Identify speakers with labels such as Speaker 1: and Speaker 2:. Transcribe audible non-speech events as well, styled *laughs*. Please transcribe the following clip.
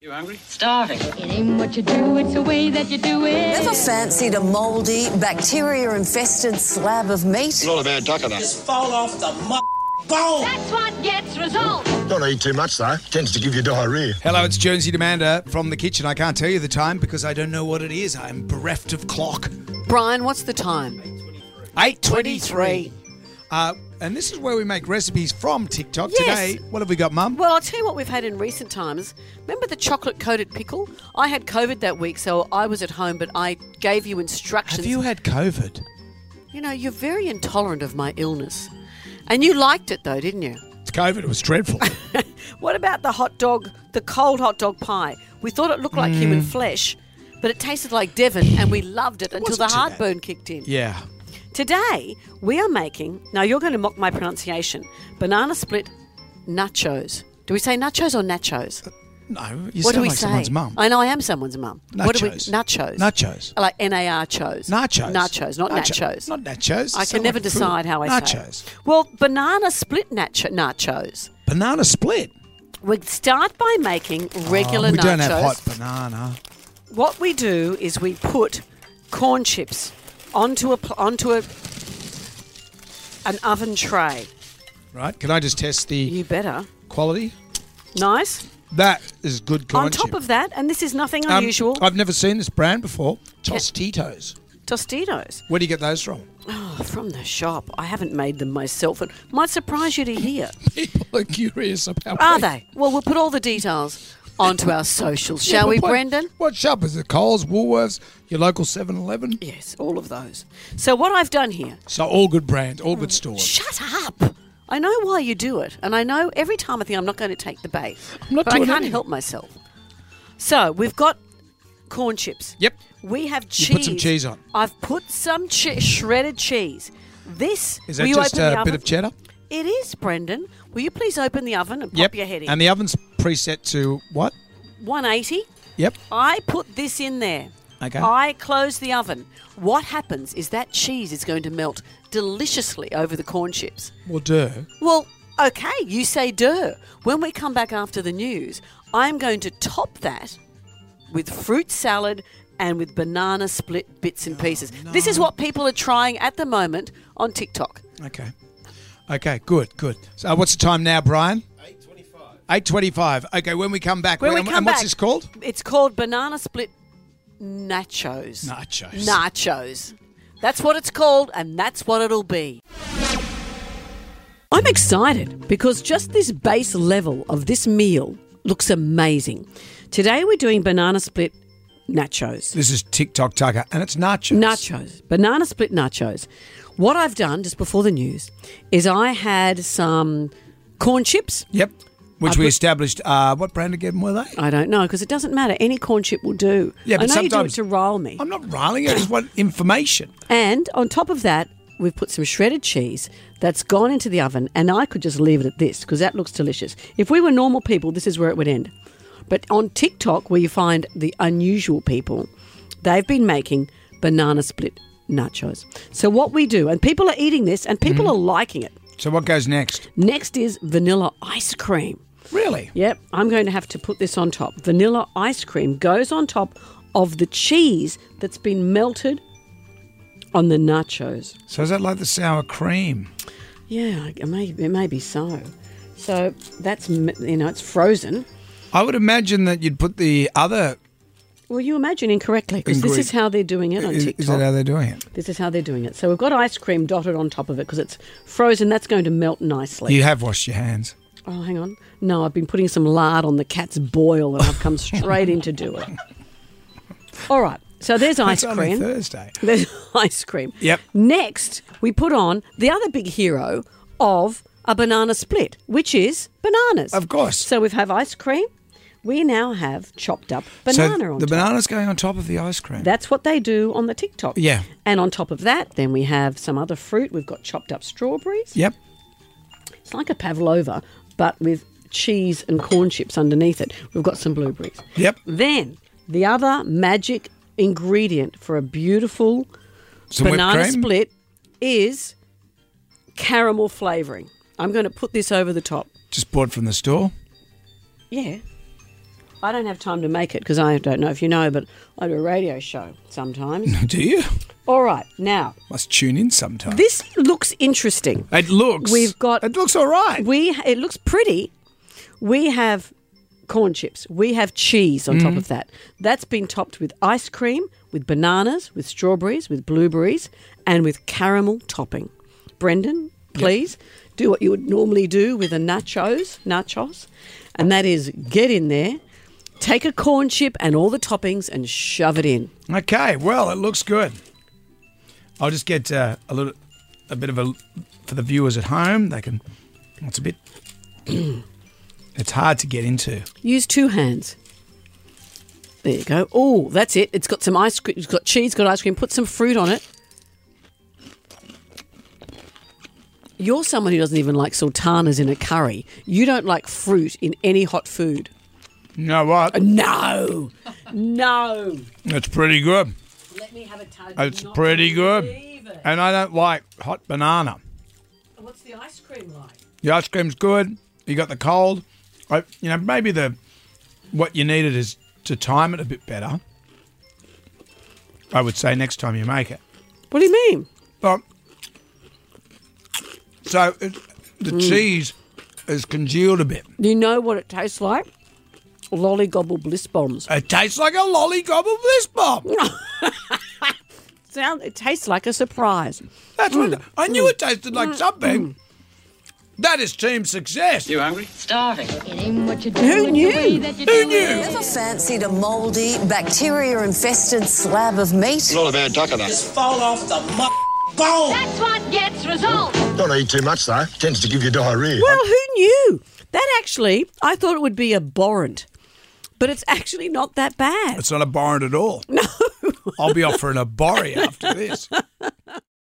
Speaker 1: You hungry?
Speaker 2: Starving.
Speaker 3: It ain't what you do, it's the way that you do it.
Speaker 4: Ever fancied a mouldy, bacteria infested slab of meat?
Speaker 5: Not a bad duck of that.
Speaker 6: Just fall off the m- bone.
Speaker 3: That's what gets results.
Speaker 5: Not to eat too much though. Tends to give you diarrhea.
Speaker 7: Hello, it's Jonesy Demander from the kitchen. I can't tell you the time because I don't know what it is. I'm bereft of clock.
Speaker 8: Brian, what's the time?
Speaker 7: 8.23. Uh, and this is where we make recipes from TikTok.
Speaker 8: Yes.
Speaker 7: Today, what have we got, Mum?
Speaker 8: Well, I'll tell you what we've had in recent times. Remember the chocolate coated pickle? I had COVID that week, so I was at home, but I gave you instructions.
Speaker 7: Have you had COVID?
Speaker 8: You know, you're very intolerant of my illness. And you liked it, though, didn't you?
Speaker 7: It's COVID. It was dreadful.
Speaker 8: *laughs* What about the hot dog, the cold hot dog pie? We thought it looked like human flesh, but it tasted like Devon, and we loved it until
Speaker 7: wasn't
Speaker 8: the
Speaker 7: too bad.
Speaker 8: heartburn kicked in.
Speaker 7: yeah.
Speaker 8: Today, we are making, now you're going to mock my pronunciation, banana split nachos. Do we say nachos or nachos?
Speaker 7: No, you sound
Speaker 8: what do we
Speaker 7: like
Speaker 8: say?
Speaker 7: someone's mum.
Speaker 8: I know I am someone's mum. What do we?
Speaker 7: Nachos.
Speaker 8: Nachos.
Speaker 7: Nachos.
Speaker 8: Like N A R chos.
Speaker 7: Nachos.
Speaker 8: Nachos, not
Speaker 7: Nacho-
Speaker 8: nachos.
Speaker 7: Not nachos.
Speaker 8: I
Speaker 7: Sound
Speaker 8: can never
Speaker 7: like food.
Speaker 8: decide how I
Speaker 7: Nachos.
Speaker 8: say. Nachos. Well, banana split nacho- nachos.
Speaker 7: Banana split.
Speaker 8: We start by making regular
Speaker 7: Oh, we
Speaker 8: nachos.
Speaker 7: don't have hot banana.
Speaker 8: What we do is we put corn chips onto a pl- onto a an oven tray.
Speaker 7: Right. Can I just test the
Speaker 8: You better.
Speaker 7: quality?
Speaker 8: Nice.
Speaker 7: That is good corn
Speaker 8: On top
Speaker 7: chip.
Speaker 8: of that, and this is nothing
Speaker 7: Um,
Speaker 8: unusual,
Speaker 7: I've never seen this brand before. Tostitos.
Speaker 8: Tostitos.
Speaker 7: Where do you get those from? *laughs*
Speaker 8: Oh, from the shop. I haven't made them myself. It might surprise you to *laughs* hear.
Speaker 7: People are curious about.
Speaker 8: Are
Speaker 7: me.
Speaker 8: they? Well, we'll put all the details onto our *laughs* socials,
Speaker 7: Yeah,
Speaker 8: shall
Speaker 7: but
Speaker 8: we,
Speaker 7: what-
Speaker 8: Brendan?
Speaker 7: What shop is it? Coles, Woolworths, your local 7-Eleven.
Speaker 8: Yes, all of those. So, what I've done here,
Speaker 7: So all good brands, all
Speaker 8: Mm.
Speaker 7: good stores.
Speaker 8: shut up. I know why you do it, and I know every time I think I'm not going to take the bait,
Speaker 7: I'm not
Speaker 8: but I
Speaker 7: doing
Speaker 8: can't
Speaker 7: anything.
Speaker 8: help myself. So, we've got corn chips.
Speaker 7: Yep.
Speaker 8: We have cheese.
Speaker 7: You put some cheese on.
Speaker 8: I've put some che- shredded cheese. This
Speaker 7: Is that
Speaker 8: will you
Speaker 7: just
Speaker 8: open the
Speaker 7: a bit
Speaker 8: oven?
Speaker 7: of cheddar?
Speaker 8: It is, Brendan. Will you please open the oven and pop your head in?
Speaker 7: And the oven's preset to what?
Speaker 8: 180.
Speaker 7: Yep.
Speaker 8: I put this in there.
Speaker 7: Okay.
Speaker 8: I close the oven. What happens is that cheese is going to melt deliciously over the corn chips.
Speaker 7: Well, do.
Speaker 8: Well, okay, you say duh. When we come back after the news, I'm going to top that with fruit salad and with banana split bits and pieces. This is what people are trying at the moment on TikTok.
Speaker 7: Okay. Okay, good, good. So uh, what's the time now, Brian? 8.25. 8.25. Okay, when we come back.
Speaker 8: When we
Speaker 7: and-
Speaker 8: come
Speaker 7: And what's
Speaker 8: back-
Speaker 7: this called?
Speaker 8: It's called banana split nachos.
Speaker 7: Nachos.
Speaker 8: Nachos. That's what it's called, and that's what it'll be. I'm excited because just this base level of this meal looks amazing. Today we're doing banana split nachos.
Speaker 7: This is TikTok Tucker, and it's nachos.
Speaker 8: Nachos. Banana split nachos. What I've done just before the news is I had some corn chips.
Speaker 7: Yep. Which
Speaker 8: I
Speaker 7: we
Speaker 8: put-
Speaker 7: established. Uh, what brand again were they?
Speaker 8: I don't know because it doesn't matter. Any corn chip will do.
Speaker 7: Yeah, but
Speaker 8: I know you do it
Speaker 7: sometimes-
Speaker 8: to roll me.
Speaker 7: I'm not riling. I just want information.
Speaker 8: And on top of that, we've put some shredded cheese that's gone into the oven, and I could just leave it at this because that looks delicious. If we were normal people, this is where it would end. But on TikTok, where you find the unusual people, they've been making banana split nachos. So, what we do, and people are eating this and people
Speaker 7: Mm-hmm.
Speaker 8: are liking it.
Speaker 7: So what goes next?
Speaker 8: Next is vanilla ice cream.
Speaker 7: Really?
Speaker 8: Yep, I'm going to have to put this on top. Vanilla ice cream goes on top of the cheese that's been melted on the nachos.
Speaker 7: So is that like the sour cream?
Speaker 8: Yeah, it may, it may be so. So that's, m- you know, it's frozen.
Speaker 7: I would imagine that you'd put the other.
Speaker 8: Well, you imagine incorrectly because this is
Speaker 7: Ingredient.
Speaker 8: how they're doing it on
Speaker 7: Is,
Speaker 8: TikTok.
Speaker 7: is that how they're doing it?
Speaker 8: this is how they're doing it. So we've got ice cream dotted on top of it because it's frozen. That's going to melt nicely.
Speaker 7: You have washed your hands.
Speaker 8: Oh, hang on. No, I've been putting some lard on the cat's boil and I've come straight in
Speaker 7: *laughs*
Speaker 8: to do it. All right. So there's ice
Speaker 7: it's only
Speaker 8: cream.
Speaker 7: Thursday.
Speaker 8: *laughs* There's ice cream.
Speaker 7: Yep.
Speaker 8: Next, we put on the other big hero of a banana split, which is bananas.
Speaker 7: Of course.
Speaker 8: So we have ice cream. We now have chopped up banana
Speaker 7: so
Speaker 8: on
Speaker 7: the
Speaker 8: top.
Speaker 7: banana's going on top of the ice cream.
Speaker 8: That's what they do on the TikTok.
Speaker 7: Yeah.
Speaker 8: And on top of that, then we have some other fruit. We've got chopped up strawberries.
Speaker 7: yep.
Speaker 8: It's like a pavlova, but with cheese and corn chips underneath it. We've got some blueberries.
Speaker 7: Yep.
Speaker 8: Then the other magic ingredient for a beautiful
Speaker 7: Some whipped
Speaker 8: banana
Speaker 7: cream.
Speaker 8: split is caramel flavoring. I'm going to put this over the top.
Speaker 7: Just bought from the store.
Speaker 8: Yeah. I don't have time to make it because I don't know if you know, but I do a radio show sometimes.
Speaker 7: *laughs* Do you?
Speaker 8: All right, now
Speaker 7: Must tune in sometime.
Speaker 8: this looks interesting.
Speaker 7: it looks.
Speaker 8: We've got-
Speaker 7: It looks all right.
Speaker 8: We it looks pretty. We have corn chips. We have cheese on top of that. That's been topped with ice cream, with bananas, with strawberries, with blueberries, and with caramel topping. Brendan, please do what you would normally do with a nachos, nachos, and that is get in there, take a corn chip and all the toppings and shove it in.
Speaker 7: Okay, well, it looks good. I'll just get uh, a little, a bit of a for the viewers at home. They can. It's a bit. *clears throat* it's hard to get into.
Speaker 8: Use two hands. There you go. Oh, that's it. It's got some ice cream. It's got cheese, got ice cream. Put some fruit on it. You're someone who doesn't even like sultanas in a curry. You don't like fruit in any hot food.
Speaker 7: You know what?
Speaker 8: No. No.
Speaker 7: It's pretty good.
Speaker 8: Let me have a tug.
Speaker 7: It's pretty good. And I don't like hot banana.
Speaker 8: What's the ice cream like?
Speaker 7: The ice cream's good. You got the cold. I, you know, maybe the what you needed is to time it a bit better. I would say next time you make it.
Speaker 8: What do you mean?
Speaker 7: But so it, the cheese is congealed a bit.
Speaker 8: Do you know what it tastes like? Lollygobble bliss bombs.
Speaker 7: It tastes like a lollygobble bliss bomb.
Speaker 8: Sound. It tastes like a surprise.
Speaker 7: That's what I knew. It tasted like something. That is team success.
Speaker 3: Starving. It ain't what you do.
Speaker 8: Who
Speaker 3: it's the
Speaker 8: knew?
Speaker 3: way that you
Speaker 7: Who
Speaker 3: do
Speaker 7: knew?
Speaker 3: it.
Speaker 4: Ever fancied a mouldy, bacteria infested slab of meat?
Speaker 5: Not a bad duck, that.
Speaker 6: Just fall off the mu- bone.
Speaker 3: That's what gets results.
Speaker 5: Don't eat too much, though. Tends to give you diarrhea.
Speaker 8: Well, who knew? That actually, I thought it would be abhorrent, but it's actually not that bad.
Speaker 7: It's not abhorrent at all. No. I'll be offering a borry after this.